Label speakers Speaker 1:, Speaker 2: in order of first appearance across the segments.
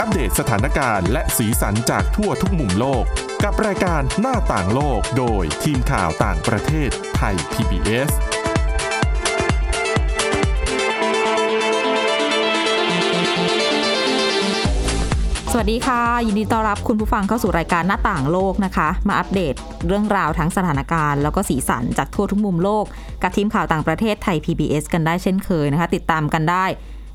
Speaker 1: อัปเดตสถานการณ์และสีสันจากทั่วทุกมุมโลก กับรายการหน้าต่างโลกโดยทีมข่าวต่างประเทศไทย PBS
Speaker 2: สวัสดีค่ะ ยินดีต้อนรับคุณผู้ฟังเข้าสู่รายการหน้าต่างโลกนะคะ มาอัปเดตเรื่องราวทั้งสถานการณ์แล้วก็สีสันจากทั่วทุกมุมโลก กับทีมข่าวต่างประเทศไทย PBS กันได้เช่นเคยนะคะ ติดตามกันได้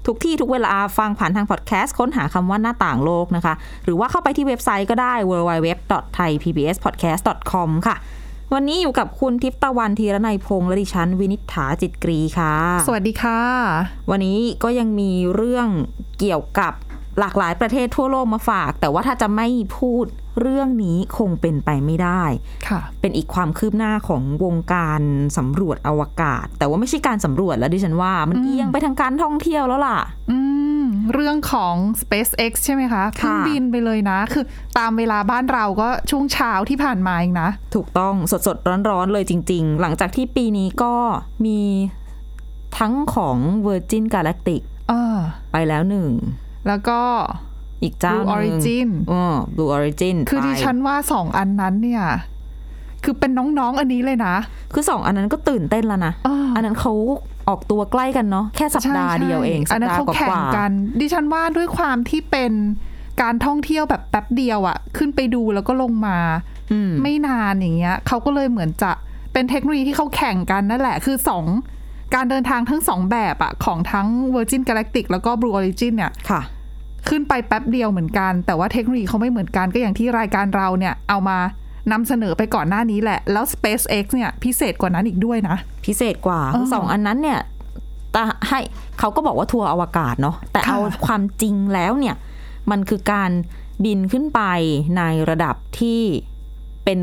Speaker 2: ทุกที่ทุกเวลาฟังผ่านทางพอดแคสต์ค้นหาคำว่าหน้าต่างโลกนะคะ หรือว่าเข้าไปที่เว็บไซต์ก็ได้ www.thaipbspodcast.com ค่ะ วันนี้อยู่กับคุณทิพย์ตะวันธีรนัยพงษ์และดิฉันวินิษฐาจิตกรีค่ะ
Speaker 3: สวัสดีค่ะ
Speaker 2: วันนี้ก็ยังมีเรื่องเกี่ยวกับหลากหลายประเทศทั่วโลกมาฝาก แต่ว่าถ้าจะไม่พูดเรื่องนี้คงเป็นไปไม่ได้
Speaker 3: ค่ะ
Speaker 2: เป็นอีกความคืบหน้าของวงการสำรวจอวกาศ แต่ว่าไม่ใช่การสำรวจแล้วดิฉันว่ามันเอียงไปทางการท่องเที่ยวแล้วล่ะ
Speaker 3: อืม เรื่องของ SpaceX ใช่ไหมคะเพิ่งบินไปเลยนะ คือตามเวลาบ้านเราก็ช่วงเช้าที่ผ่านมาเองนะ
Speaker 2: ถูกต้องสดสดๆร้อนๆเลยจริง ๆ หลังจากที่ปีนี้ก็มีทั้งของ Virgin Galactic
Speaker 3: เออ
Speaker 2: ไปแล้วหนึ่ง
Speaker 3: แล้วก็
Speaker 2: อีกเจ้า
Speaker 3: Blue
Speaker 2: หนึ่ง
Speaker 3: Origin
Speaker 2: อ๋อ Blue Origin
Speaker 3: คือ
Speaker 2: ไป
Speaker 3: ดิฉันว่าสองอันนั้นเนี่ย คือเป็นน้องๆอันนี้เลยนะ
Speaker 2: คือสองอันนั้นก็ตื่นเต้นแล้วนะ
Speaker 3: อ่า
Speaker 2: นนั้นเขาออกตัวใกล้กันเนาะแค่สัปดาห์
Speaker 3: ใช่
Speaker 2: เดียวเองสั
Speaker 3: อั
Speaker 2: ป
Speaker 3: นนั้น
Speaker 2: ดาห์
Speaker 3: เขา
Speaker 2: กว่า
Speaker 3: แข่งกัน ดิฉันว่าด้วยความที่เป็นการท่องเที่ยวแบบแป๊บเดียวอะขึ้นไปดูแล้วก็ลงมา
Speaker 2: ๆอืม
Speaker 3: ไม่นานอย่างเงี้ยเขาก็เลยเหมือนจะเป็นเทคโนโลยีที่เขาแข่งกันนั่นแหละ คือสองการเดินทางทั้งสองแบบอะของทั้ง Virgin Galactic แล้วก็ Blue Origin เนี่ย
Speaker 2: ค่ะ
Speaker 3: ขึ้นไปแป๊บเดียวเหมือนกัน แต่ว่าเทคโนโลยีเขาไม่เหมือนกันก็อย่างที่รายการเราเนี่ย เอามานำเสนอไปก่อนหน้านี้แหละ แล้ว SpaceX เนี่ยพิเศษกว่านั้นอีกด้วยนะ
Speaker 2: พิเศษกว่า
Speaker 3: เออ
Speaker 2: สองอันนั้นเนี่ยแต่ให้เขาก็บอกว่าทัวร์อวกาศเนาะแต่
Speaker 3: ค่ะ
Speaker 2: เอาความจริงแล้วเนี่ย มันคือการบินขึ้นไปในระดับที่เป็น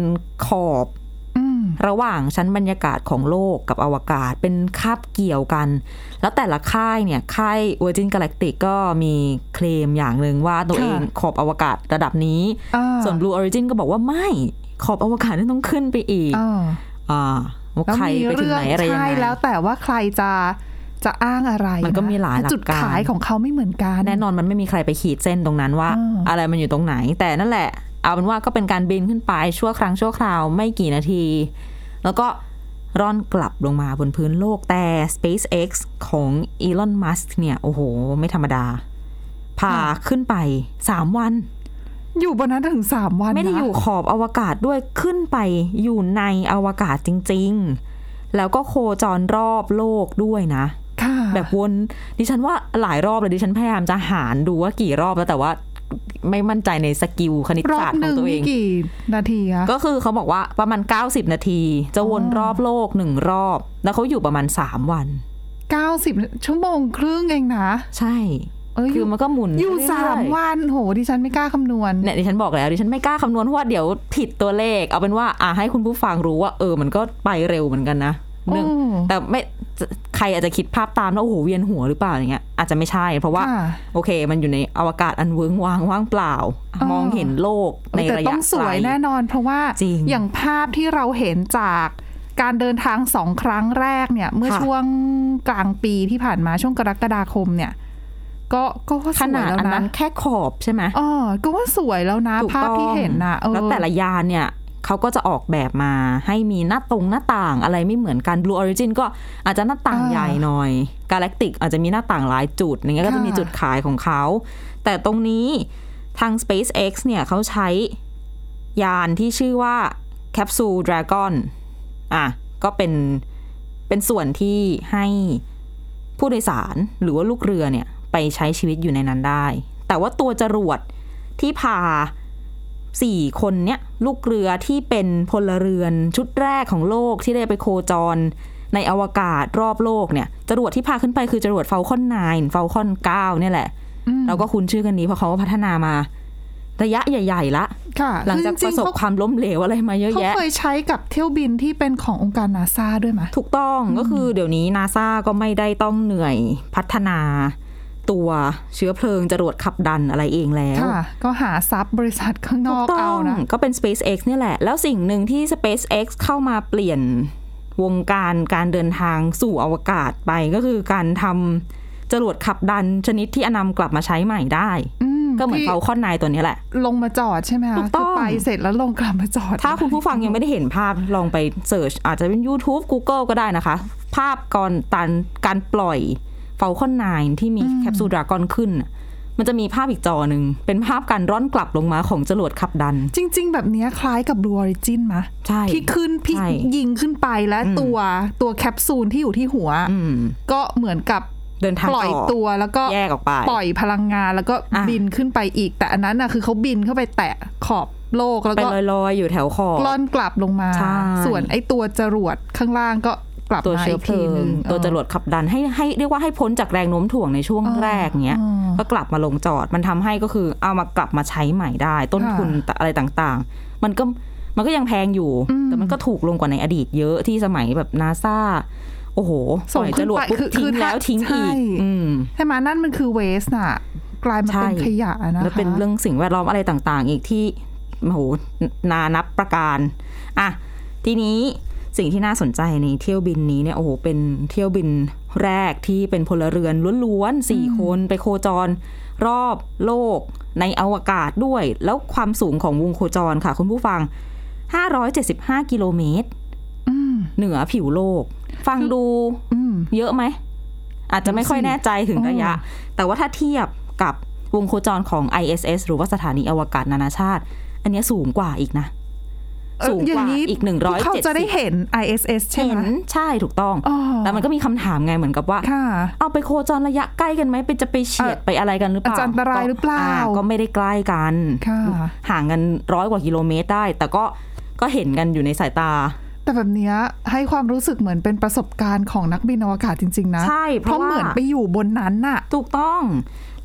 Speaker 2: ขอบ
Speaker 3: อืม
Speaker 2: ระหว่างชั้นบรรยากาศของโลกกับอวกาศเป็นคาบเกี่ยวกัน แล้วแต่ละค่ายเนี่ย ค่าย Virgin Galactic ก็มีเคลมอย่างหนึ่งว่าตัวเองขอบอวกาศระดับนี้
Speaker 3: อ่า
Speaker 2: ส่วน Blue Origin ก็บอกว่าไม่ขอบอวกาศนี่ต้องขึ้นไปอีก
Speaker 3: อ่า
Speaker 2: อ่าว่า
Speaker 3: แล้ว
Speaker 2: ใคร
Speaker 3: มี
Speaker 2: ไปถึง
Speaker 3: เรื่อ
Speaker 2: ไห
Speaker 3: ง
Speaker 2: นอะไรยัง
Speaker 3: ใช่
Speaker 2: ไง
Speaker 3: แล้วแต่ว่าใครจะจะอ้างอะไร
Speaker 2: มันก็
Speaker 3: ะ
Speaker 2: มีหลายหลัก
Speaker 3: จุด
Speaker 2: การ
Speaker 3: ขายของเขาไม่เหมือนกัน
Speaker 2: แน่นอนมันไม่มีใครไปขีดเส้นตรงนั้นว่า
Speaker 3: อ่า
Speaker 2: อะไรมันอยู่ตรงไหน แต่นั่นแหละ เอาเป็นว่าก็เป็นการบินขึ้นไปชั่วครั้งชั่วคราวไม่กี่นาที แล้วก็ร่อนกลับลงมาบนพื้นโลกแต่ SpaceX ของ Elon Musk เนี่ย โอ้โห ไม่ธรรมดา พาขึ้นไป 3 วัน
Speaker 3: อยู่บนนั้นถึงสามวัน
Speaker 2: ไม่ได้
Speaker 3: นะ
Speaker 2: อยู่ขอบอวกาศด้วยขึ้นไปอยู่ในอวกาศจริง ๆ แล้วก็โคจรรอบโลกด้วยนะ
Speaker 3: ค่ะ
Speaker 2: แบบวนดิฉันว่าหลายรอบเลยดิฉันพยายามจะหารดูว่ากี่รอบแล้วแต่ว่าไม่มั่นใจในสกิลคณิต
Speaker 3: รอบ
Speaker 2: ศาสตร์ขอ
Speaker 3: หนึ่
Speaker 2: ง
Speaker 3: ง
Speaker 2: ตัวเอ
Speaker 3: นี่
Speaker 2: ง
Speaker 3: กี่นาทีคะ
Speaker 2: ก็คือเขาบอกว่าประมาณ 90 นาที จะวนรอบโลกหนึ่งรอบ แล้วเขาอยู่ประมาณ 3 วัน
Speaker 3: เก้าสิบชั่วโมงครึ่งเองนะ
Speaker 2: ใช่
Speaker 3: เอ้ย
Speaker 2: คือมันก็หมุน
Speaker 3: อยู่
Speaker 2: เรื่
Speaker 3: สาม
Speaker 2: ๆ
Speaker 3: วันโหดิฉันไม่กล้าคำนวณ
Speaker 2: เนี่ยดิฉันบอกแล้วดิฉันไม่กล้าคำนวณเพราะว่าเดี๋ยวผิดตัวเลข เอาเป็นว่าอ่ะให้คุณผู้ฟังรู้ว่า เออมันก็ไปเร็วเหมือนกันนะหนึ่ง
Speaker 3: อืม
Speaker 2: แต่ไม่ใครอาจจะคิดภาพตามแล้วโอ้โหเวียนหัวหรือเปล่าอย่างเงี้ยอาจจะไม่ใช่เพราะว่า
Speaker 3: ค่ะ
Speaker 2: โอเค มันอยู่ในอวกาศอันเวิ้งว้างว่างเปล่า มองเห็นโลกใน
Speaker 3: แต่
Speaker 2: ระ
Speaker 3: ต้
Speaker 2: ยะ
Speaker 3: องส
Speaker 2: ไก
Speaker 3: วย
Speaker 2: ล
Speaker 3: แน่นอน เพราะว่า
Speaker 2: จริง
Speaker 3: อย่างภาพที่เราเห็นจากการเดินทางสองครั้งแรกเนี่ย เมื่อ
Speaker 2: ค่ะ
Speaker 3: ช่วงกลางปีที่ผ่านมาช่วงกรกฎาคมเนี่ย ก็ก็ว่าส
Speaker 2: ข
Speaker 3: วย
Speaker 2: นาด
Speaker 3: แล้ว
Speaker 2: อัน
Speaker 3: นะ
Speaker 2: นั้นแค่ขอบใช่ไหม
Speaker 3: อ๋อก็ว่าสวยแล้วนะ
Speaker 2: ถูก
Speaker 3: ภาพที่เห็นนะเออ
Speaker 2: แล้วแต่ละยานเนี่ยเขาก็จะออกแบบมาให้มีหน้าตรงหน้าต่างอะไรไม่เหมือนกัน Blue Origin ก็อาจจะหน้าต่าง
Speaker 3: อ่า
Speaker 2: ใหญ่หน่อย Galactic อาจจะมีหน้าต่างหลายจุดอย่างเงี้ยก็จะ
Speaker 3: ค่ะ
Speaker 2: มีจุดขายของเขา แต่ตรงนี้ทาง SpaceX เนี่ยเขาใช้ยานที่ชื่อว่า Capsule Dragon อ่ะก็เป็นเป็นส่วนที่ให้ผู้โดยสารหรือว่าลูกเรือเนี่ยไปใช้ชีวิตอยู่ในนั้นได้ แต่ว่าตัวจรวดที่พาสี่คนเนี่ยลูกเรือที่เป็นพลเรือนชุดแรกของโลกที่ได้ไปโคจรในอวกาศรอบโลกเนี่ยจรวดที่พาขึ้นไปคือจรวด Falcon 9 Falcon 9เนี่ยแหละ
Speaker 3: อืม
Speaker 2: เราก็คุ้นชื่อกันนี้เพราะเขาก็พัฒนามา ระยะใหญ่ๆละ
Speaker 3: ค่ะ
Speaker 2: หลังจากป
Speaker 3: จริ
Speaker 2: ระ
Speaker 3: ง
Speaker 2: ส
Speaker 3: ๆ
Speaker 2: บ
Speaker 3: เขา
Speaker 2: ความล้มเหลวอะไรมาเยอะ
Speaker 3: เขา
Speaker 2: แยะ
Speaker 3: เคยใช้กับเที่ยวบินที่เป็นขององค์การนาซาด้วยไหม
Speaker 2: ถูกต้องก็คือเดี๋ยวนี้นาซาก็ไม่ได้ต้องเหนื่อยพัฒนา ตัวเชื้อเพลิงจรวดขับดันอะไรเองแล้ว
Speaker 3: ค่ะ ก็หาซับบริษัทข้างน
Speaker 2: ถู
Speaker 3: อก ก
Speaker 2: ต้
Speaker 3: เอา
Speaker 2: อง
Speaker 3: นะ
Speaker 2: ก็เป็น SpaceX เนี่ยแหละ แล้วสิ่งหนึ่งที่ SpaceX เข้ามาเปลี่ยนวงการการเดินทางสู่อวกาศไปก็คือการทำจรวดขับดันชนิดที่อนำกลับมาใช้ใหม่ได้
Speaker 3: อืม
Speaker 2: ก็เหมือน
Speaker 3: ที่
Speaker 2: เฟลคอนไนตัวเนี้ยแหละ
Speaker 3: ลงมาจอดใช่ไหมคะ
Speaker 2: ถูกต้อง
Speaker 3: คืไปเสร็จแล้วลงกลับมาจอด
Speaker 2: ถ้าคุณผู้ฟังยังไม่ได้เห็นภาพลองไปเสิร์ชอาจจะเป็น YouTube Google ก็ได้นะคะ ภาพก่อนตันการปล่อยเฟลคอนไนที่มีแคปซูลดรากอนขึ้นน่ะมันจะมีภาพอีกจอหนึ่ง เป็นภาพการร่อนกลับลงมาของจรวดขับดัน
Speaker 3: จริง ๆ แบบเนี้ยคล้ายกับบลูออริจินมะ
Speaker 2: ใช่
Speaker 3: ที่ขึ้นพี่
Speaker 2: ใช่
Speaker 3: ยิงขึ้นไปแล้วตัวตัวแคปซูลที่อยู่ที่หัว
Speaker 2: อืม
Speaker 3: ก็เหมือนกับ
Speaker 2: เดินทาง
Speaker 3: ปล่อย
Speaker 2: ต่อ
Speaker 3: ตัวแล้วก็
Speaker 2: แยกออกไป
Speaker 3: ปล่อยพลังงานแล้วก็
Speaker 2: อ่ะ
Speaker 3: บินขึ้นไปอีก แต่อันนั้นน่ะคือเขาบินเข้าไปแตะขอบโลกแล้ว
Speaker 2: ไป
Speaker 3: ก็
Speaker 2: ลอยๆ อยู่แถวคอ
Speaker 3: กล่อนกลับลงมา
Speaker 2: ใช่
Speaker 3: ส่วนไอ้ตัวจรวดข้างล่างก็กลับ
Speaker 2: ตัว
Speaker 3: มา
Speaker 2: เชื้
Speaker 3: อี
Speaker 2: อก เพ
Speaker 3: ที
Speaker 2: ลิ
Speaker 3: ห
Speaker 2: ง
Speaker 3: นึ่ง
Speaker 2: ตัวจรวดขับดันให้ให้เรียกว่าให้พ้นจากแรงโน้มถ่วงในช่วงแรกเนี้ย
Speaker 3: อ๋อ
Speaker 2: ก็กลับมาลงจอดมันทำให้ก็คือเอามากลับมาใช้ใหม่ได้ ต้นทุนอะไรต่างๆ มันก็มันก็ยังแพงอยู่
Speaker 3: อืม
Speaker 2: แต่มันก็ถูกลงกว่าในอดีตเยอะที่สมัยแบบนาซาโอ้โห
Speaker 3: ส่ง
Speaker 2: ปล่อย
Speaker 3: ขึ้
Speaker 2: จ
Speaker 3: น
Speaker 2: รวด
Speaker 3: ไป
Speaker 2: ปุ๊บ
Speaker 3: คือคื
Speaker 2: ทิ้
Speaker 3: อง ถ้า
Speaker 2: แล้วทิ้ง
Speaker 3: ใช่
Speaker 2: อีกอืม
Speaker 3: ใช่ไหมนั่นมันคือเวสน่ะ กลายมา
Speaker 2: ใช่
Speaker 3: เป็นขยะนะคะ
Speaker 2: แล้วเป็นเรื่องสิ่งแวดล้อมอะไรต่างๆ อีกที่โอ้โหนานับประการอ่ะทีนี้สิ่งที่น่าสนใจในเที่ยวบินนี้เนี่ยโอ้โหเป็นเที่ยวบินแรกที่เป็นพลเรือนล้วนๆสี่คนไปโคจร รอบโลกในอวกาศด้วย แล้วความสูงของวงโคจรค่ะ คุณผู้ฟัง 575 กิโลเมตร
Speaker 3: อืม
Speaker 2: เหนือผิวโลก ฟังดู
Speaker 3: อืม
Speaker 2: เยอะไหม อาจจะไม่ค่อยแน่ใจถึงระยะ แต่ว่าถ้าเทียบกับวงโคจรของ ISS หรือว่าสถานีอวกาศนานาชาติ อันเนี้ยสูงกว่าอีกนะ
Speaker 3: เอ่อ
Speaker 2: สูง
Speaker 3: อกย่า
Speaker 2: ว่าง
Speaker 3: นี้
Speaker 2: อีกหนึ่งร้อย
Speaker 3: เขา
Speaker 2: เจ็ด
Speaker 3: จะได้
Speaker 2: สิบ
Speaker 3: เห็น ISS ใช่
Speaker 2: เห็
Speaker 3: ไหม
Speaker 2: นใช่ถูกต้อง
Speaker 3: อ๋อ
Speaker 2: แต่มันก็มีคำถามไงเหมือนกับว่า
Speaker 3: ค่ะ
Speaker 2: เอาไปโคจรระยะใกล้กันไหมไปจะไปเฉียด
Speaker 3: เอ่อ
Speaker 2: ไปอะไรกันหรือเปล่า
Speaker 3: อาจจะอันตรายหรือเปล่า
Speaker 2: ก็ไม่ได้ใกล้กัน
Speaker 3: ค่ะ
Speaker 2: ห่างกันร้อยกว่ากิโลเมตรได้ แต่ก็ก็เห็นกันอยู่ในสายตา
Speaker 3: แต่แบบเนี้ยให้ความรู้สึกเหมือนเป็นประสบการณ์ของนักบินอวกาศจริง ๆ นะ
Speaker 2: ใช่เพ
Speaker 3: เพ
Speaker 2: ราะ
Speaker 3: ราะ
Speaker 2: ว่า
Speaker 3: เหมือนไปอยู่บนนั้นน่ะ
Speaker 2: ถูกต้อง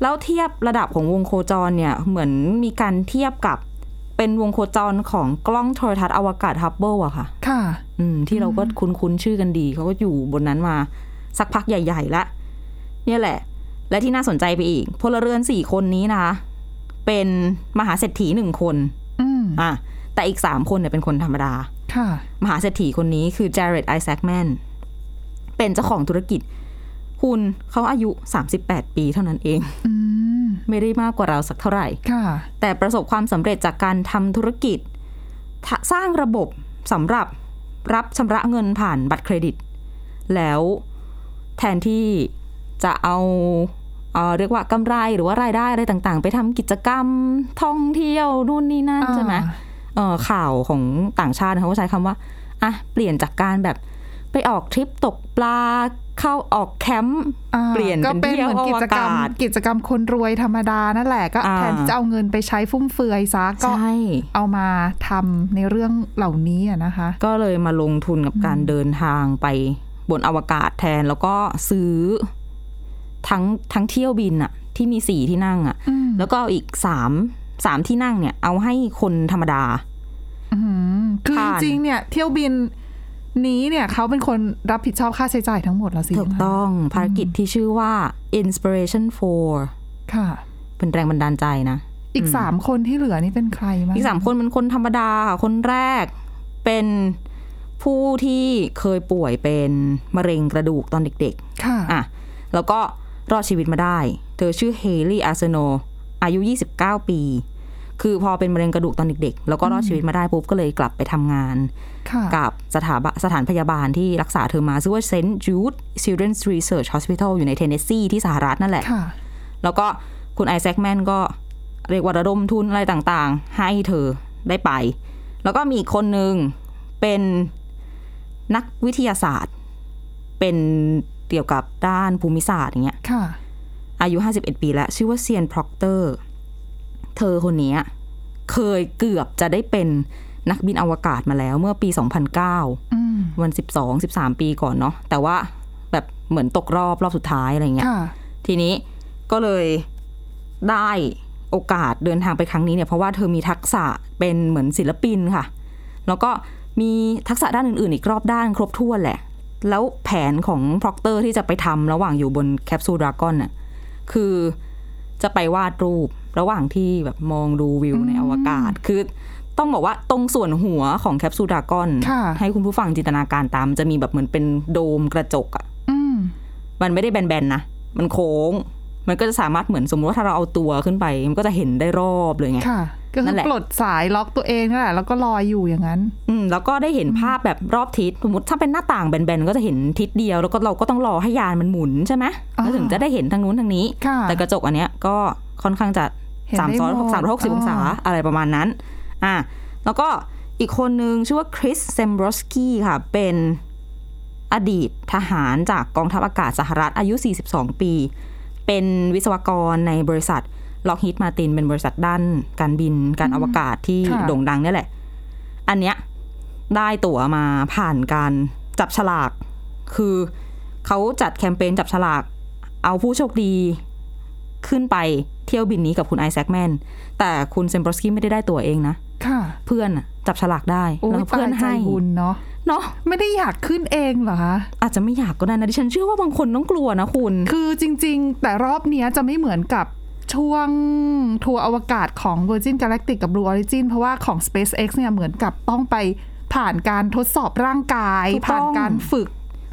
Speaker 2: แล้วเทียบระดับของวงโคจรเนี่ย เหมือนมีการเทียบกับเป็นวงโคจรของกล้องโทรทัศน์อวกาศฮับเบิลอะค่ะ
Speaker 3: ค่ะ
Speaker 2: อืม ที่เราก็คุ้นๆชื่อกันดี เขาก็อยู่บนนั้นมาสักพักใหญ่ๆละเนี่ยแหละ และที่น่าสนใจไปอีก พลเรือนสี่คนนี้นะคะ เป็นมหาเศรษฐีหนึ่งคน
Speaker 3: อืม
Speaker 2: อ่ะแต่อีกสามคนเนี่ยเป็นคนธรรมดา
Speaker 3: ค่ะ
Speaker 2: มหาเศรษฐีคนนี้คือจ a เร d ไอแซคแมน เป็นเจ้าของธุรกิจ คุณเขาอายุ 38 ปีเท่านั้นเอง
Speaker 3: อืม
Speaker 2: ไม่ได้มากกว่าเราสักเท่าไหร่
Speaker 3: ค่ะ
Speaker 2: แต่ประสบความสำเร็จจากการทำธุรกิจทะสร้างระบบสำหรับรับชำระเงินผ่านบัตรเครดิต แล้วแทนที่จะเอาเอ่อเรียกว่ากำไรหรือว่ารายได้อะไรต่างๆ ไปทำกิจกรรมท่องเที่ยวนู่นนี่นั่นใช่ไหม เอ่อข่าวของต่างชาติเขาก็ใช้คำว่าอ่ะเปลี่ยนจากการแบบไปออกทริปตกปลาเข้าออกแคมป์
Speaker 3: อ่า
Speaker 2: เปลี่ยนเป็น
Speaker 3: ก็เป็นเหมือนกิจกรรม
Speaker 2: เที่ยวอวกาศ
Speaker 3: กิจกรรมคนรวยธรรมดานั่นแหละก็
Speaker 2: อ่า
Speaker 3: แทนที่จะเอาเงินไปใช้ฟุ่มเฟือยซะก็
Speaker 2: ใช่
Speaker 3: เอามาทำในเรื่องเหล่านี้อะนะคะ
Speaker 2: ก็เลยมาลงทุนกับการเดินทางไปบนอวกาศแทนแล้วก็ซื้อทั้งทั้งเที่ยวบินอะที่มีสี่ที่นั่งอะ
Speaker 3: อืม
Speaker 2: แล้วก็อีกสามสามที่นั่งเนี่ยเอาให้คนธรรมดา
Speaker 3: อืมคือ
Speaker 2: ผ่าน
Speaker 3: จริงๆเนี่ย เที่ยวบินนี้เนี่ยเขาเป็นคนรับผิดชอบค่าใช้จ่ายทั้งหมดแล้วสิ
Speaker 2: ถูกต้องภารกิจที่ชื่อว่า inspiration for
Speaker 3: ค่ะ
Speaker 2: เป็นแรงบันดาลใจนะ
Speaker 3: อีกสามคนที่เหลือนี่เป็นใครบ้าง
Speaker 2: อีกสามคนเป็นคนธรรมดาค่ะ คนแรกเป็นผู้ที่เคยป่วยเป็นมะเร็งกระดูกตอนเด็ก
Speaker 3: ค่ะ
Speaker 2: ๆ อ่ะ แล้วก็รอดชีวิตมาได้ เธอชื่อเฮลี่อาร์เซโนอายุ 29 ปี คือพอเป็นมะเร็งกระดูกตอนเด็กๆ แล้วก็รอดชีวิตมาได้ปุ๊บก็เลยกลับไปทำงาน
Speaker 3: ค่ะ
Speaker 2: กับสถาบะสถานพยาบาลที่รักษาเธอมาชื่อว่าเซนต์จูด Children's Research Hospital อยู่ในเทนเนสซีที่สหรัฐนั่นแหละ
Speaker 3: ค่ะ
Speaker 2: แล้วก็คุณไอแซคแมนก็เรียกว่าระดมทุนอะไรต่างๆ ให้เธอได้ไป แล้วก็มีอีกคนหนึ่งเป็นนักวิทยาศาสตร์ เป็นเกี่ยวกับด้านภูมิศาสตร์อย่างเงี้ย
Speaker 3: ค่ะ
Speaker 2: อายุ 51 ปีแล้ว ชื่อว่าเซียนพร็อกเตอร์ เธอคนเนี้ยเคยเกือบจะได้เป็นนักบินอวกาศมาแล้วเมื่อปี 2009
Speaker 3: อืม
Speaker 2: วัน 12 13 ปีก่อนเนาะแต่ว่าแบบเหมือนตกรอบรอบสุดท้ายอะไรเงี้ย
Speaker 3: ค่ะ
Speaker 2: ทีนี้ก็เลยได้โอกาสเดินทางไปครั้งนี้เนี่ยเพราะว่าเธอมีทักษะเป็นเหมือนศิลปินค่ะ แล้วก็มีทักษะด้านอื่นๆ อีกรอบด้านครบถ้วนแหละ แล้วแผนของพร็อกเตอร์ที่จะไปทำระหว่างอยู่บนแคปซูลดราก้อนน่ะคือจะไปวาดรูประหว่างที่แบบมองดูวิวในอวกาศ คือต้องบอกว่าตรงส่วนหัวของแคปซูลดราก้อน
Speaker 3: ค่ะ
Speaker 2: ให้คุณผู้ฟังจินตนาการตาม จะมีแบบเหมือนเป็นโดมกระจกอะ
Speaker 3: อืม
Speaker 2: มันไม่ได้แบนๆนะ มันโค้ง มันก็จะสามารถเหมือนสมมติว่าถ้าเราเอาตัวขึ้นไป มันก็จะเห็นได้รอบเลยไง
Speaker 3: ค่ะ ก็
Speaker 2: นั่
Speaker 3: คือน
Speaker 2: แหละ
Speaker 3: ปลดสายล็อกตัวเองนั่นแหละแล้วก็ลอยอยู่อย่างนั้น
Speaker 2: อืมแล้วก็ได้เห็นภาพแบบรอบทิศสมมติถ้าเป็นหน้าต่างแบนๆก็จะเห็นทิศเดียว แล้วก็เราก็ต้องรอให้ยานมันหมุนใช่ไหม
Speaker 3: อ่า
Speaker 2: แล้วถึงจะได้เห็นทางนู้นทางนี้
Speaker 3: ค่ะ
Speaker 2: แต่กระจกอันเนี้ยก็ค่อนข้างจะ
Speaker 3: เห็น
Speaker 2: สาม
Speaker 3: ได้
Speaker 2: ร้อย
Speaker 3: หด
Speaker 2: สามร้อยหกสิบองศาอะไรประมาณนั้น อ่ะ แล้วก็อีกคนนึงชื่อว่าคริสเซมบรอสกี้ค่ะ เป็นอดีตทหารจากกองทัพอากาศสหรัฐอายุ 42 ปี เป็นวิศวกรในบริษัทล็อกฮิตมาติน เป็นบริษัทด้านการบินการอวกาศที่
Speaker 3: ค่ะ
Speaker 2: โด่งดังเนี่ยแหละ อันเนี้ยได้ตั๋วมาผ่านการจับฉลาก คือเขาจัดแคมเปญจับฉลาก เอาผู้โชคดี ขึ้นไปเที่ยวบินนี้กับคุณไอแซคแมน แต่คุณเซมบรอสกี้ไม่ได้ได้ตัวเองนะ
Speaker 3: ค่ะ
Speaker 2: เพื่อนน่ะจับฉลากได้
Speaker 3: โอ้
Speaker 2: แล้
Speaker 3: ยว
Speaker 2: เพื่
Speaker 3: ตา
Speaker 2: อน
Speaker 3: ยใจ
Speaker 2: ให้
Speaker 3: บุญเนาะ
Speaker 2: เนาะ
Speaker 3: ไม่ได้อยากขึ้นเองเหรอคะ
Speaker 2: อาจจะไม่อยากก็ได้นะดิฉันเชื่อว่าบางคนต้องกลัวนะคุณ
Speaker 3: คือจริงๆ แต่รอบเนี้ยจะไม่เหมือนกับช่วงทัวร์อวกาศของ Virgin Galactic กับ Blue Origin เพราะว่าของ SpaceX เนี่ยเหมือนกับต้องไปผ่านการทดสอบร่างกาย
Speaker 2: ถูกต้อง
Speaker 3: ผ่านการฝึก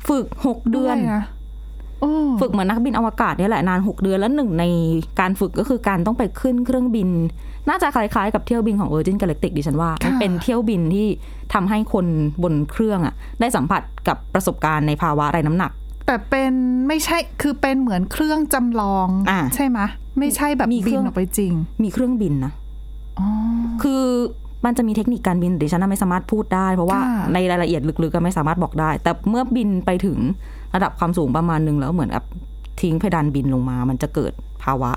Speaker 2: ฝึก 6 เดือน
Speaker 3: วยนะโอ้
Speaker 2: ฝึกเหมือนนักบินอวกาศเนี่ยแหละนาน 6 เดือนแล้วหนึ่งในการฝึกก็คือการต้องไปขึ้นเครื่องบิน น่าจะคล้ายๆกับเที่ยวบินของ Virgin Galactic ดิฉันว่ามันเป็นเที่ยวบินที่ทำให้คนบนเครื่องอะได้สัมผัสกับประสบการณ์ในภาวะไร้น้ำหนัก
Speaker 3: แต่เป็นไม่ใช่คือเป็นเหมือนเครื่องจำลอง
Speaker 2: อ่า
Speaker 3: ใช่ไหมะ ไม่ใช่แบบ
Speaker 2: มีเค
Speaker 3: บิ
Speaker 2: รื่อ
Speaker 3: น
Speaker 2: ง
Speaker 3: ออกไปจริง
Speaker 2: มีเครื่องบินนะ
Speaker 3: อ๋อ
Speaker 2: คือมันจะมีเทคนิคการบินดิฉันนะไม่สามารถพูดได้ เพราะว่า
Speaker 3: ค่ะ
Speaker 2: ในรายละเอียดลึกๆก็ไม่สามารถบอกได้ แต่เมื่อบินไปถึงระดับความสูงประมาณหนึงแล้วเหมือนกับทิ้งเพดานบินลงมา มันจะเกิดภาวะ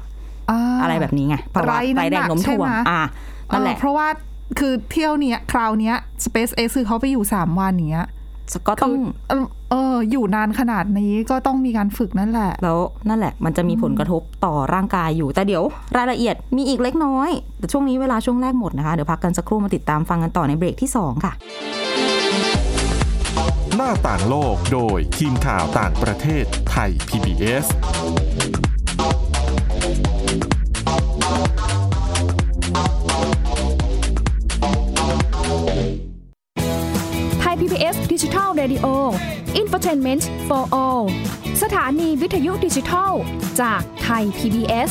Speaker 3: อา
Speaker 2: อะไรแบบนี้ไงภาวะ
Speaker 3: ไร้น้ำหนัก
Speaker 2: แรงโน้มถ่วง
Speaker 3: ใช่ไหม
Speaker 2: อ่ะนั่นแห
Speaker 3: เอ
Speaker 2: ละ
Speaker 3: อเพราะว่าคือเที่ยวเนี้ยคราวเนี้ย SpaceX คือเขาไปอยู่ 3 วันอย่างเนี้ย
Speaker 2: ก็ต้อง
Speaker 3: คือเออเอออยู่นานขนาดนี้ก็ต้องมีการฝึกนั่นแหละ
Speaker 2: แล้วนั่นแหละ มันจะมีผลกระทบต่อร่างกายอยู่ แต่เดี๋ยวรายละเอียดมีอีกเล็กน้อย แต่ช่วงนี้เวลาช่วงแรกหมดนะคะเดี๋ยวพักกันสักครู่มาติดตามฟังกันต่อในเบรกที่สองค่ะ
Speaker 1: หน้าต่างโลกโดยทีมข่าวต่างประเทศไทย PBS
Speaker 4: ไทย PBS Digital Radio Infotainment for All สถานีวิทยุดิจิทัล จากไทย PBS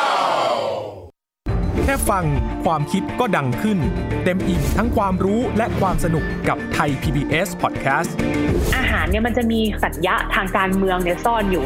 Speaker 5: แค่ฟังความคิดก็ดังขึ้น เต็มอิ่มทั้งความรู้และความสนุกกับไทย PBS Podcast
Speaker 6: อาหารเนี่ยมันจะมีสัญญะทางการเมืองเนี่ยซ่อนอยู่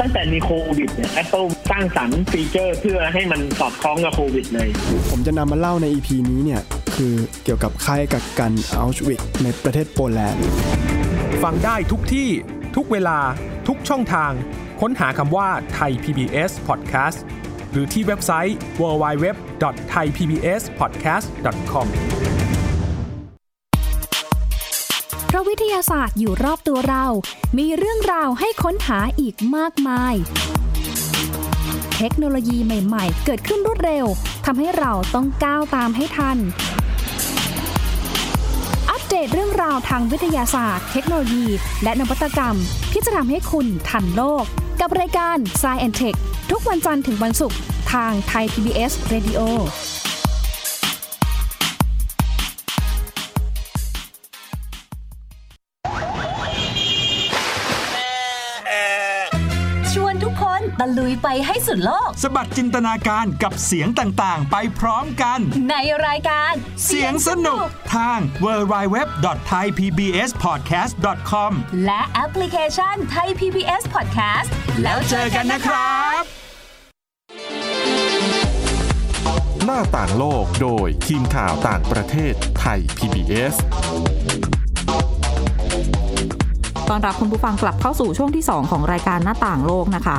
Speaker 7: ตั้งแต่มีโควิดเนี่ย Apple สร้างสรรค์ฟีเจอร์เพื่อให้มันสอดคล้องกับโควิดเลย
Speaker 8: ผมจะนำมาเล่าใน EP นี้เนี่ย คือเกี่ยวกับค่ายกักกันอัลชวิกในประเทศโปแลนด์
Speaker 5: ฟังได้ทุกที่ ทุกเวลา ทุกช่องทาง ค้นหาคำว่าไทย PBS Podcast หรือที่เว็บไซต์ www.thaipbspodcast.com
Speaker 4: เพราะวิทยาศาสตร์อยู่รอบตัวเรา มีเรื่องราวให้ค้นหาอีกมากมาย เทคโนโลยีใหม่ๆ เกิดขึ้นรวดเร็ว ทำให้เราต้องก้าวตามให้ทัน อัปเดตเรื่องราวทางวิทยาศาสตร์ เทคโนโลยี และนวัตกรรม ที่จะทำให้คุณทันโลก กับรายการ s c i e n t e c h ทุกวันจันทร์ถึงวันศุกร์ทางไทย PBS Radio ชวนทุกคน
Speaker 9: ตะลุยไปให้สุดโลก
Speaker 10: สบัดจินตนาการกับเสียงต่างๆ ไปพร้อมกัน
Speaker 9: ในรายการ
Speaker 10: เสียงสนุกทาง www.thaipbspodcast.com
Speaker 9: และแอปพลิเคชันไทย PBS Podcast
Speaker 10: แล้วเจอกันนะครับ
Speaker 1: หน้าต่างโลกโดยทีมข่าวต่างประเทศไทย PBS
Speaker 2: ตอนรับคุณผู้ฟังกลับเข้าสู่ช่วงที่ 2 ของรายการหน้าต่างโลกนะคะ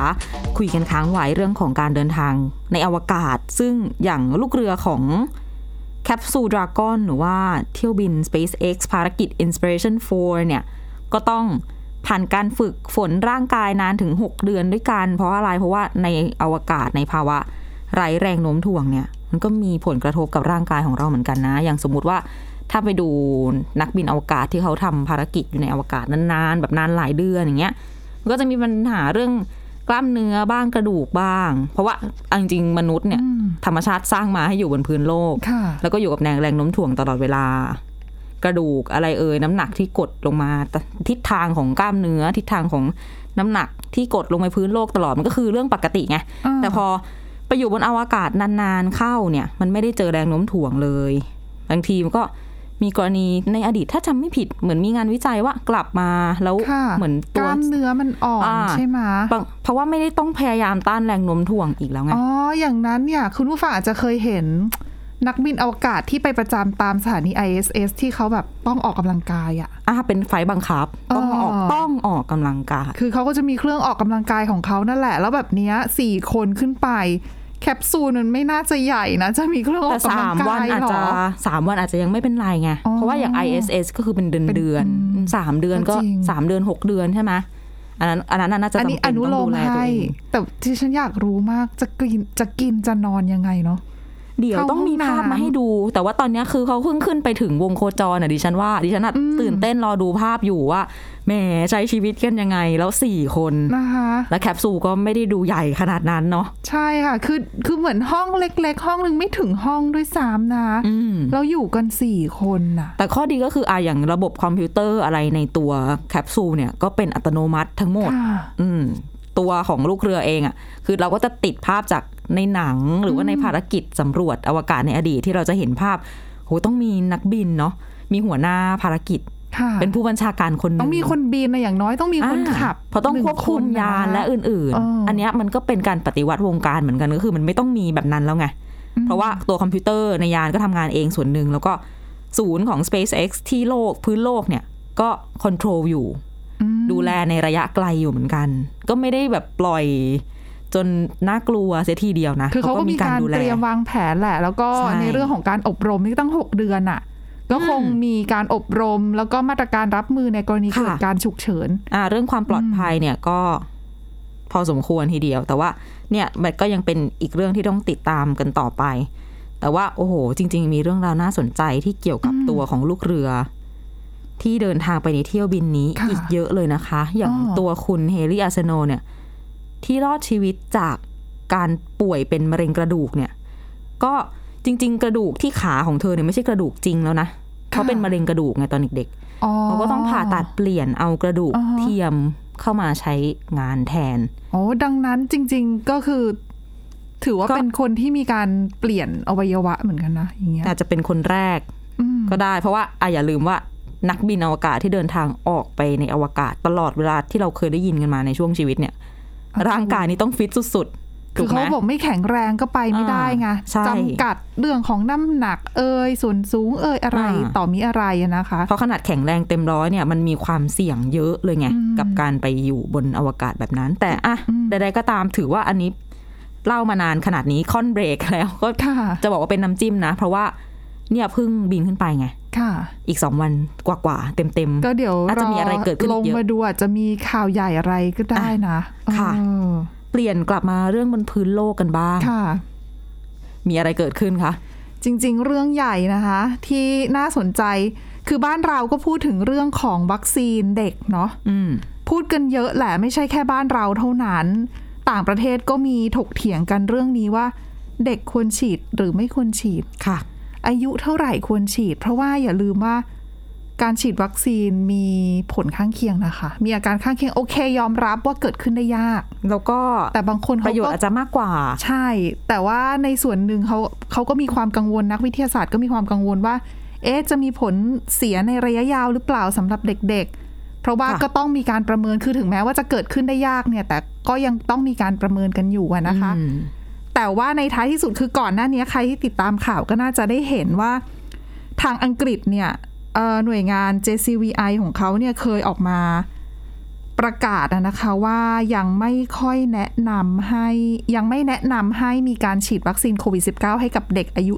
Speaker 2: คุยกันค้างไว้เรื่องของการเดินทางในอวกาศ ซึ่งอย่างลูกเรือของแคปซูลดราก้อนหรือว่าเที่ยวบิน SpaceX ภารกิจ Inspiration 4 เนี่ย ก็ต้องผ่านการฝึกฝนร่างกายนานถึง 6 เดือนด้วยกัน เพราะอะไรเพราะว่าในอวกาศในภาวะ ไร้แรงโน้มถ่วงเนี่ยมันก็มีผลกระทบกับร่างกายของเราเหมือนกันนะ อย่างสมมุติว่าถ้าไปดูนักบินอวกาศที่เขาทำภารกิจอยู่ในอวกาศนานๆ แบบนานหลายเดือนอย่างเงี้ยมันก็จะมีปัญหาเรื่องกล้ามเนื้อบ้างกระดูกบ้าง เพราะว่าเอาจริงๆมนุษย์เนี่ยธรรมชาติสร้างมาให้อยู่บนพื้นโลก แล้วก็อยู่กับแรงแรงโน้มถ่วงตลอดเวลา กระดูกอะไรเอ่ยน้ำหนักที่กดลงมาทิศทางของกล้ามเนื้อ ทิศทางของน้ำหนักที่กดลงไปพื้นโลกตลอดมันก็คือเรื่องปกติไงแต่พอไปอยู่บนอวกาศนานๆเข้าเนี่ย มันไม่ได้เจอแรงโน้มถ่วงเลยบางทีมันก็มีกรณีในอดีตถ้าจำไม่ผิดเหมือนมีงานวิจัยว่ากลับมาแล้วเหมือน
Speaker 3: ก
Speaker 2: ตัว
Speaker 3: ล้ามเนื้อมันอ่อน
Speaker 2: อ่า
Speaker 3: ใช่ไหม
Speaker 2: บางเพราะว่าไม่ได้ต้องพยายามต้านแรงโน้มถ่วงอีกแล้วไง
Speaker 3: อ๋อ อย่างนั้นเนี่ย คุณผู้ฟังอาจจะเคยเห็น นักบินอวกาศที่ไปประจำตามสถานี ISS ที่เขาแบบต้องออกกำลังกายอ่ะ
Speaker 2: อ่าเป็นไฟบังคับ ต้องออกต้องออกกำลังกาย
Speaker 3: คือเขาก็จะมีเครื่องออกกำลังกายของเขานั่นแหละ แล้วแบบเนี้ยสี่คนขึ้นไป แคปซูลมันไม่น่าจะใหญ่นะ จะมีเครื่องออ
Speaker 2: แต่
Speaker 3: กกำ
Speaker 2: สา
Speaker 3: ลั
Speaker 2: ม
Speaker 3: ง
Speaker 2: วั
Speaker 3: กาน ย
Speaker 2: อาจ
Speaker 3: เหร
Speaker 2: จะ
Speaker 3: อ
Speaker 2: สามวันอาจจะยังไม่เป็นไรไง เพราะว่าอย่าง ISS ก็คือเป็นเดือนเดือนสามเดือนก็
Speaker 3: ก็จริง
Speaker 2: สามเดือนหกเดือนใช่ไหมอันนั้นอันนั้นน่าจะ
Speaker 3: อัน
Speaker 2: จำ
Speaker 3: นี้
Speaker 2: เป็
Speaker 3: อนนุ
Speaker 2: ต้อ
Speaker 3: โล
Speaker 2: งดู
Speaker 3: ม
Speaker 2: แลตัว
Speaker 3: ให้
Speaker 2: เอง
Speaker 3: แต่ที่ฉันอยากรู้มากจะกินจะกินจะนอนยังไงเนาะ
Speaker 2: เดี๋ยว
Speaker 3: เข้า
Speaker 2: ต้องมีภาพ
Speaker 3: ห้องน้ำ
Speaker 2: มาให้ดู แต่ว่าตอนเนี้ยคือเขาเพิ่งขึ้นไปถึงวงโคจรน่ะดิฉันว่าดิฉันน่ะตื่นเต้นรอดูภาพอยู่ว่าแหมใช้ชีวิตกันยังไงแล้วสี่คน
Speaker 3: นะคะ
Speaker 2: และแคปซูลก็ไม่ได้ดูใหญ่ขนาดนั้นเนาะ
Speaker 3: ใช่ค่ะ คือ คือเหมือนห้องเล็ก ๆ ห้องหนึ่งไม่ถึงห้องด้วยซ้ำนะ เราอยู่กันสี่คนน่ะ
Speaker 2: แต่ข้อดีก็คืออะอย่างระบบคอมพิวเตอร์อะไรในตัวแคปซูลเนี่ยก็เป็นอัตโนมัติทั้งหมด อืม ตัวของลูกเรือเองอะ่ะ คือเราก็จะติดภาพจากในหนังหรือว่าในภารกิจสำรวจอวกาศในอดีตที่เราจะเห็นภาพโหต้องมีนักบินเนาะมีหัวหน้าภารกิจ
Speaker 3: ค่ะ
Speaker 2: เป็นผู้บัญชาการคนหนึ่ง
Speaker 3: ต้องมีคนบินนะอย่างน้อยต้องมีคน
Speaker 2: อ่า
Speaker 3: ขับ
Speaker 2: เพราะต้อง
Speaker 3: หนึ่
Speaker 2: ควบคุม
Speaker 3: น
Speaker 2: ยานและอื่น
Speaker 3: เ
Speaker 2: ๆ อันเนี้ยมันก็เป็นการปฏิวัติวงการเหมือนกันก็คือมันไม่ต้องมีแบบนั้นแล้วไง เพราะว่าตัวคอมพิวเตอร์ในยานก็ทำงานเองส่วนหนึ่ง แล้วก็ศูนย์ของ SpaceX ที่โลกพื้นโลกเนี่ย ก็คอนโทรลอยู่ ดูแลในระยะไกลอยู่เหมือนกัน ก็ไม่ได้แบบปล่อยจนน่ากลัวเสียทีเดียวนะ
Speaker 3: คือเขาก็มีการ
Speaker 2: ดูแล
Speaker 3: เตรียมวางแผนแหละ แล้วก็
Speaker 2: ใช่
Speaker 3: ในเรื่องของการอบรมนี่ตั้ง 6 เดือนอ่ะ ก็คงมีการอบรมแล้วก็มาตรการรับมือในกรณีเกิด
Speaker 2: ค่ะ
Speaker 3: การฉุกเฉิน
Speaker 2: อ่าเรื่องความปลอดภัยเนี่ยก็พอสมควรทีเดียว แต่ว่าเนี่ยมันก็ยังเป็นอีกเรื่องที่ต้องติดตามกันต่อไป แต่ว่าโอ้โห จริง ๆ มีเรื่องราวน่าสนใจที่เกี่ยวกับตัวของลูกเรือ ที่เดินทางไปในเที่ยวบินนี้อีกเยอะเลยนะคะ อย่าง
Speaker 3: อ๋อ
Speaker 2: ตัวคุณเฮลี่อาร์เซโนเนี่ย ที่รอดชีวิตจากการป่วยเป็นมะเร็งกระดูกเนี่ย ก็จริง ๆ กระดูกที่ขาของเธอเนี่ยไม่ใช่กระดูกจริงแล้วนะเขาเป็นมะเร็งกระดูกไงตอนเด็กๆ
Speaker 3: อ๋อ
Speaker 2: เขาก็ต้องผ่าตัดเปลี่ยนเอากระดูก
Speaker 3: อ่าฮะ
Speaker 2: เทียมเข้ามาใช้งานแทน
Speaker 3: โอ้ดังนั้นจริง ๆก็คือ ถือว่าเป็นคนที่มีการเปลี่ยนอวัยวะเหมือนกันนะอย่างเงี้ย
Speaker 2: อาจจะเป็นคนแรกก็ได้ เพราะว่าอ่ะอย่าลืมว่านักบินอวกาศที่เดินทางออกไปในอวกาศตลอดเวลาที่เราเคยได้ยินกันมาในช่วงชีวิตเนี่ย ร่างกายนี่ต้องฟิตสุดๆ
Speaker 3: คื
Speaker 2: ถู
Speaker 3: อก
Speaker 2: ไห
Speaker 3: เขา
Speaker 2: ม
Speaker 3: บอกไม่แข็งแรงก็ไปไม่ได้ไง
Speaker 2: ใช่
Speaker 3: จำกัดเรื่องของน้ำหนักเอ่ยส่วนสูงเอ่ยอะไรต่อมีอะไรอะนะคะ
Speaker 2: เพราะขนาดแข็งแรงเต็มร้อยเนี่ยมันมีความเสี่ยงเยอะเลยไง กับการไปอยู่บนอวกาศแบบนั้น แต่อะใดๆก็ตามถือว่าอันนี้เล่ามานานขนาดนี้ค่อนเบรกแล้ว ก็จะบอกว่าเป็นน้ำจิ้มนะ เพราะว่าเนี่ยเพิ่งบินขึ้นไปไง
Speaker 3: ค่ะ
Speaker 2: อีกสองวันกว่าๆเต็มๆ
Speaker 3: ก็เดี๋ยว
Speaker 2: อาจจะมีอะไรเกิดขึ้น
Speaker 3: ล
Speaker 2: อี
Speaker 3: ง
Speaker 2: กเย
Speaker 3: มา
Speaker 2: อะ
Speaker 3: ดูอาจจะมีข่าวใหญ่อะไรก็ได้นะ
Speaker 2: ค่ะ
Speaker 3: เออ
Speaker 2: เปลี่ยนกลับมาเรื่องบนพื้นโลกกันบ้าง
Speaker 3: ค่ะ
Speaker 2: มีอะไรเกิดขึ้นคะ
Speaker 3: จริง ๆ เรื่องใหญ่นะคะ ที่น่าสนใจคือบ้านเราก็พูดถึงเรื่องของวัคซีนเด็กเนาะพูดกันเยอะแหละไม่ใช่แค่บ้านเราเท่านั้น ต่างประเทศก็มีถกเถียงกันเรื่องนี้ว่า เด็กควรฉีดหรือไม่ควรฉีด
Speaker 2: ค่ะ
Speaker 3: อายุเท่าไหร่ควรฉีด เพราะว่าอย่าลืมว่า การฉีดวัคซีนมีผลข้างเคียงนะคะ มีอาการข้างเคียงโอเค ยอมรับว่าเกิดขึ้นได้ยาก
Speaker 2: แล้วก็
Speaker 3: แต่บางคน
Speaker 2: ประโยชน์อาจจะมากกว่า
Speaker 3: ใช่ แต่ว่าในส่วนหนึ่งเขาเขาก็มีความกังวลนักวิทยาศาสตร์ก็มีความกังวลว่า เอ๊ะจะมีผลเสียในระยะยาวหรือเปล่าสำหรับเด็ก ๆ เพราะว่า
Speaker 2: ค่ะ
Speaker 3: ก็ต้องมีการประเมินคือถึงแม้ว่าจะเกิดขึ้นได้ยากเนี่ย แต่ก็ยังต้องมีการประเมินกันอยู่อะนะคะ
Speaker 2: อืม
Speaker 3: แต่ว่าในท้ายที่สุดคือก่อนหน้านี้ใครที่ติดตามข่าวก็น่าจะได้เห็นว่าทางอังกฤษเนี่ยเอ่อหน่วยงาน JCVI ของเขาเนี่ยเคยออกมาประกาศอะนะคะว่ายังไม่ค่อยแนะนำให้ยังไม่แนะนำให้มีการฉีดวัคซีนโควิด -19 ให้กับเด็กอายุ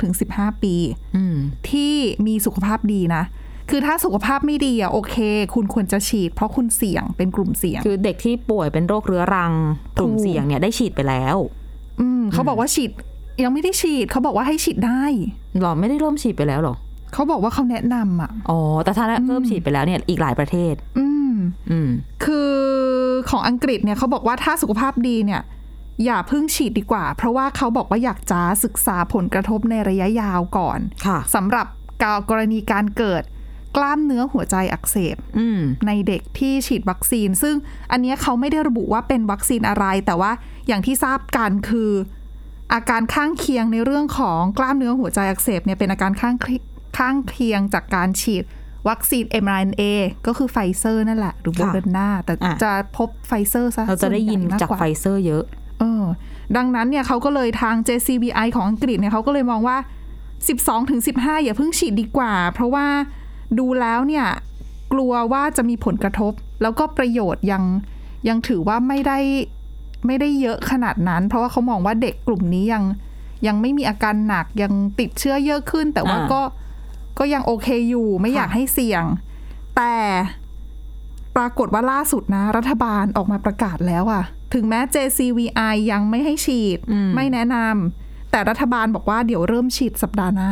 Speaker 3: 12-15 ปี
Speaker 2: อืม
Speaker 3: ที่มีสุขภาพดีนะ คือถ้าสุขภาพไม่ดีอะโอเค คุณควรจะฉีด เพราะคุณเสี่ยงเป็นกลุ่มเสี่ยง
Speaker 2: คือเด็กที่ป่วยเป็นโรคเรื้อรังกลุ่ม
Speaker 3: ถูก
Speaker 2: เสี่ยงเนี่ยได้ฉีดไปแล้ว
Speaker 3: อืมเขาบอกว่าฉีดยังไม่ได้ฉีดเขาบอกว่าให้ฉีดได้
Speaker 2: หรอไม่ได้เริ่มฉีดไปแล้วหรอ
Speaker 3: เขาบอกว่าเขาแนะนำอ่ะ
Speaker 2: อ๋อ แต่ถ้าเริ่มฉีดไปแล้วเนี่ยอีกหลายประเทศ
Speaker 3: อืม
Speaker 2: อืม
Speaker 3: คือของอังกฤษเนี่ยเขาบอกว่าถ้าสุขภาพดีเนี่ย อย่าเพิ่งฉีดดีกว่า เพราะว่าเขาบอกว่าอยากจะศึกษาผลกระทบในระยะยาวก่อน
Speaker 2: ค่ะ
Speaker 3: สำหรับกรณีการเกิดกล้ามเนื้อหัวใจอักเสบ
Speaker 2: อืม
Speaker 3: ในเด็กที่ฉีดวัคซีน ซึ่งอันเนี้ยเขาไม่ได้ระบุว่าเป็นวัคซีนอะไร แต่ว่าอย่างที่ทราบกันคือ อาการข้างเคียงในเรื่องของกล้ามเนื้อหัวใจอักเสบเนี่ยเป็นอาการข้างเคียข้างเคียงจากการฉีดวัคซีน mRNA ก็คือไฟเซอร์นั่นแหละหรือโบ
Speaker 2: ค่ะ
Speaker 3: เดอร์นาแต่
Speaker 2: อ่ะ
Speaker 3: จะพบไฟเซอร์ซะ
Speaker 2: เราจะได้ยิน
Speaker 3: ส่วนใหญ่ม
Speaker 2: จาก
Speaker 3: ว่
Speaker 2: ไฟเซอร์เยอะ
Speaker 3: เออดังนั้นเนี่ยเขาก็เลยทาง JCBI ของอังกฤษเนี่ยเขาก็เลยมองว่า 12-15 อย่าเพิ่งฉีดดีกว่า เพราะว่าดูแล้วเนี่ยกลัวว่าจะมีผลกระทบ แล้วก็ประโยชน์ยังยังถือว่าไม่ได้ไม่ได้เยอะขนาดนั้น เพราะว่าเขามองว่าเด็กกลุ่มนี้ยังยังไม่มีอาการหนักยังติดเชื้อเยอะขึ้น แต่ว่า
Speaker 2: อ่า
Speaker 3: ก็ก็ยังโอเคอยู่ไม่อยากให้เสี่ยง แต่ปรากฏว่าล่าสุดนะ รัฐบาลออกมาประกาศแล้วอะถึงแม้ JCVI ยังไม่ให้ฉีด ไม่แนะนำแต่รัฐบาลบอกว่าเดี๋ยวเริ่มฉีดสัปดาห์หน้า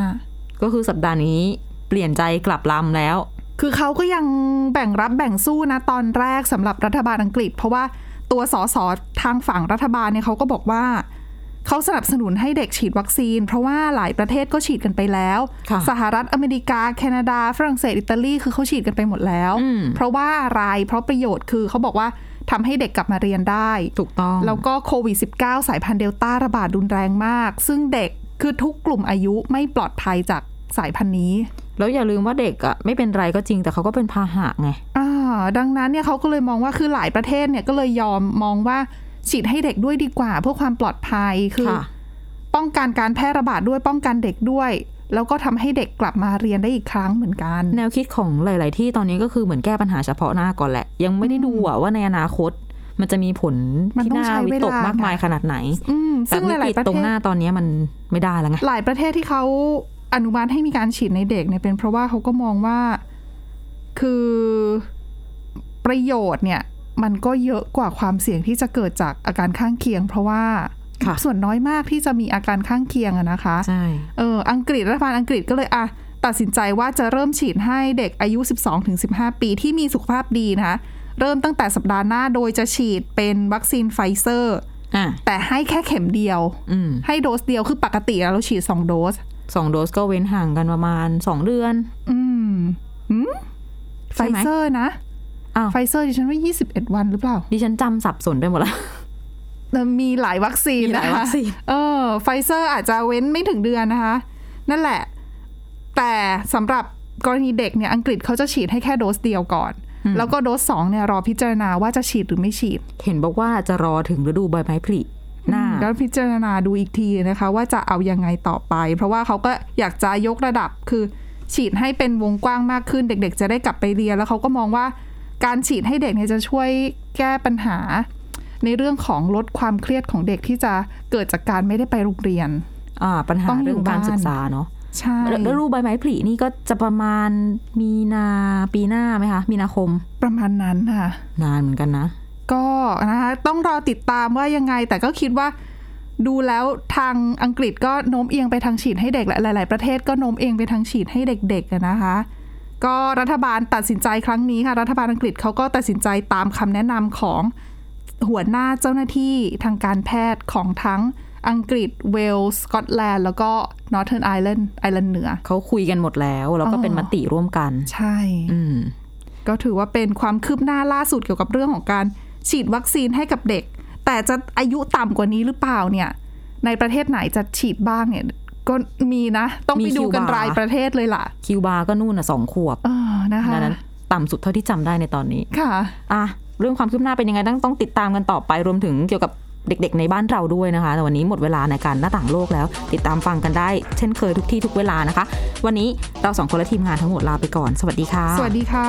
Speaker 2: ก็คือสัปดาห์นี้เปลี่ยนใจกลับลำแล้ว
Speaker 3: คือเขาก็ยังแบ่งรับแบ่งสู้นะตอนแรกสำหรับรัฐบาลอังกฤษ เพราะว่าตัวสสทางฝั่งรัฐบาลเนี่ยเขาก็บอกว่า เขาสนับสนุนให้เด็กฉีดวัคซีน เพราะว่าหลายประเทศก็ฉีดกันไปแล้ว
Speaker 2: ค่ะ
Speaker 3: สหรัฐอเมริกา แคนาดา ฝรั่งเศสอิตาลีคือเขาฉีดกันไปหมดแล้ว เพราะว่าอะไรเพราะประโยชน์คือเขาบอกว่าทำให้เด็กกลับมาเรียนได้
Speaker 2: ถูกต้อง
Speaker 3: แล้วก็โควิด -19 สายพันธุ์เดลต้าระบาดรุนแรงมาก ซึ่งเด็กคือทุกกลุ่มอายุไม่ปลอดภัยจากสายพันธุ์นี้
Speaker 2: แล้วอย่าลืมว่าเด็กอ่ะไม่เป็นไรก็จริงแต่เขาก็เป็นพาหะไง
Speaker 3: อ่าดังนั้นเนี่ยเขาก็เลยมองว่าคือหลายประเทศเนี่ยก็เลยยอมมองว่าฉีดให้เด็กด้วยดีกว่า เพื่อความปลอดภัยคือ
Speaker 2: ค่ะ
Speaker 3: ป้องกันการแพร่ระบาดด้วยป้องกันเด็กด้วย แล้วก็ทำให้เด็กกลับมาเรียนได้อีกครั้งเหมือนกัน
Speaker 2: แนวคิดของหลาย ๆ ที่ตอนนี้ก็คือเหมือนแก้ปัญหาเฉพาะหน้าก่อนแหละ ยังไม่ได้ดูอะว่าในอนาคต มันจะมีผล
Speaker 3: มัน
Speaker 2: ที่
Speaker 3: ต้อง
Speaker 2: น่า
Speaker 3: ใช้
Speaker 2: วิ
Speaker 3: เวลา
Speaker 2: ตกมากมายขนาดไหน
Speaker 3: อืมซึ่
Speaker 2: แต่วิ
Speaker 3: ง
Speaker 2: ก
Speaker 3: หลา
Speaker 2: ฤ
Speaker 3: ย
Speaker 2: ต
Speaker 3: ๆประเทศ
Speaker 2: ตรงหน้าตอนนี้มันไม่ได้แล้วไง
Speaker 3: หลายประเทศที่เขาอนุมัติให้มีการฉีดในเด็กเนี่ยเป็นเพราะว่าเขาก็มองว่าคือประโยชน์เนี่ย มันก็เยอะกว่าความเสี่ยงที่จะเกิดจากอาการข้างเคียง เพราะว่า
Speaker 2: ค่ะ
Speaker 3: ส่วนน้อยมากที่จะมีอาการข้างเคียงอะนะคะ
Speaker 2: ใช่
Speaker 3: เอออังกฤษรัฐบาลอังกฤษก็เลยอ่ะตัดสินใจว่าจะเริ่มฉีดให้เด็กอายุ 12-15 ปีที่มีสุขภาพดีนะคะ เริ่มตั้งแต่สัปดาห์หน้าโดยจะฉีดเป็นวัคซีนไฟเซอร์
Speaker 2: อ่ะ
Speaker 3: แต่ให้แค่เข็มเดียว
Speaker 2: อืม
Speaker 3: ให้โดสเดียวคือปกติแล้วเราฉีด 2 โดส
Speaker 2: สองโดสก็เว้นห่างกันประมาณสองเดือน
Speaker 3: อืมหืมไฟ
Speaker 2: ใช่ไหม
Speaker 3: เซอร์นะ
Speaker 2: อ้าว
Speaker 3: ไฟเซอร์ดิฉันว่า 21 วันหรือเปล่า
Speaker 2: ดิฉันจำสับสนไปหมดแล้ว
Speaker 3: แต่มีหลายวัคซีน
Speaker 2: มีห
Speaker 3: นะ
Speaker 2: ลายวั
Speaker 3: คะ
Speaker 2: คซีน
Speaker 3: เออไฟเซอร์อาจจะเว้นไม่ถึงเดือนนะคะ นั่นแหละ แต่สำหรับกรณีเด็กเนี่ยอังกฤษเขาจะฉีดให้แค่โดสเดียวก่อน แล้วก็โดสสองเนี่ยรอพิจารณาว่าจะฉีดหรือไม่ฉีด
Speaker 2: เห็นบอกว่าจะรอถึงฤดูใบไม้ผลิหน้า
Speaker 3: แล้วพิจารณาดูอีกทีนะคะ ว่าจะเอายังไงต่อไป เพราะว่าเขาก็อยากจะยกระดับคือ ฉีดให้เป็นวงกว้างมากขึ้น เด็ก ๆ จะได้กลับไปเรียน แล้วเขาก็มองว่าการฉีดให้เด็กเนี่ยจะช่วยแก้ปัญหา ในเรื่องของลดความเครียดของเด็กที่จะเกิดจากการไม่ได้ไปโรงเรียน
Speaker 2: อ่า ปัญหา
Speaker 3: ต้องอยู่
Speaker 2: เรื่องการ
Speaker 3: บ้าน
Speaker 2: ศึกษาเนาะ
Speaker 3: ใช่
Speaker 2: แล้วแล้วฤดูใบไม้ผลินี่ก็จะประมาณมีนาปีหน้าไหมคะ มีนาคม
Speaker 3: ประมาณนั้นค่ะ
Speaker 2: นานเหมือนกันนะ
Speaker 3: ก็นะคะต้องรอติดตามว่ายังไง แต่ก็คิดว่าดูแล้วทางอังกฤษก็โน้มเอียงไปทางฉีดให้เด็กและหลาย ๆ ประเทศก็โน้มเอียงไปทางฉีดให้เด็กๆอะนะคะ ก็รัฐบาลตัดสินใจครั้งนี้ค่ะ รัฐบาลอังกฤษเขาก็ตัดสินใจตามคำแนะนำของหัวหน้าเจ้าหน้าที่ทางการแพทย์ของทั้ง อังกฤษเวลส์สกอตแลนด์แล้วก็นอร์ทเ r n ร์นไอแลนด์ไอแลนด์เหนือ
Speaker 2: เขาคุยกันหมดแล้ว แล้วก็
Speaker 3: อ๋อ
Speaker 2: เป็นมติร่วมกัน
Speaker 3: ใช่ก็ถือว่าเป็นความคืบหน้าล่าสุดเกี่ยวกับเรื่องของการฉีดวัคซีนให้กับเด็ก แต่จะอายุต่ำกว่านี้หรือเปล่าเนี่ย ในประเทศไหนจะฉีดบ้างเนี่ย ก็มีนะ ต้องไป
Speaker 2: มีคิว
Speaker 3: ดูกัน
Speaker 2: บาร์
Speaker 3: รายประเทศเลยล่ะ
Speaker 2: คิวบาร์ก็นู่นน่ะสองขวบ
Speaker 3: เออนะคะ
Speaker 2: ดังนั้นต่ำสุดเท่าที่จำได้ในตอนนี้
Speaker 3: ค่ะ
Speaker 2: อ่ะเรื่องความคืบหน้าเป็นยังไงต้องต้องติดตามกันต่อไปรวมถึงเกี่ยวกับเด็กๆในบ้านเราด้วยนะคะ แต่วันนี้หมดเวลาในการหน้าต่างโลกแล้ว ติดตามฟังกันได้ เช่นเคยทุกที่ทุกเวลานะคะ วันนี้เราสองคนและทีมงานทั้งหมดลาไปก่อน สวัสดีค่ะ
Speaker 3: สวัสดีค่ะ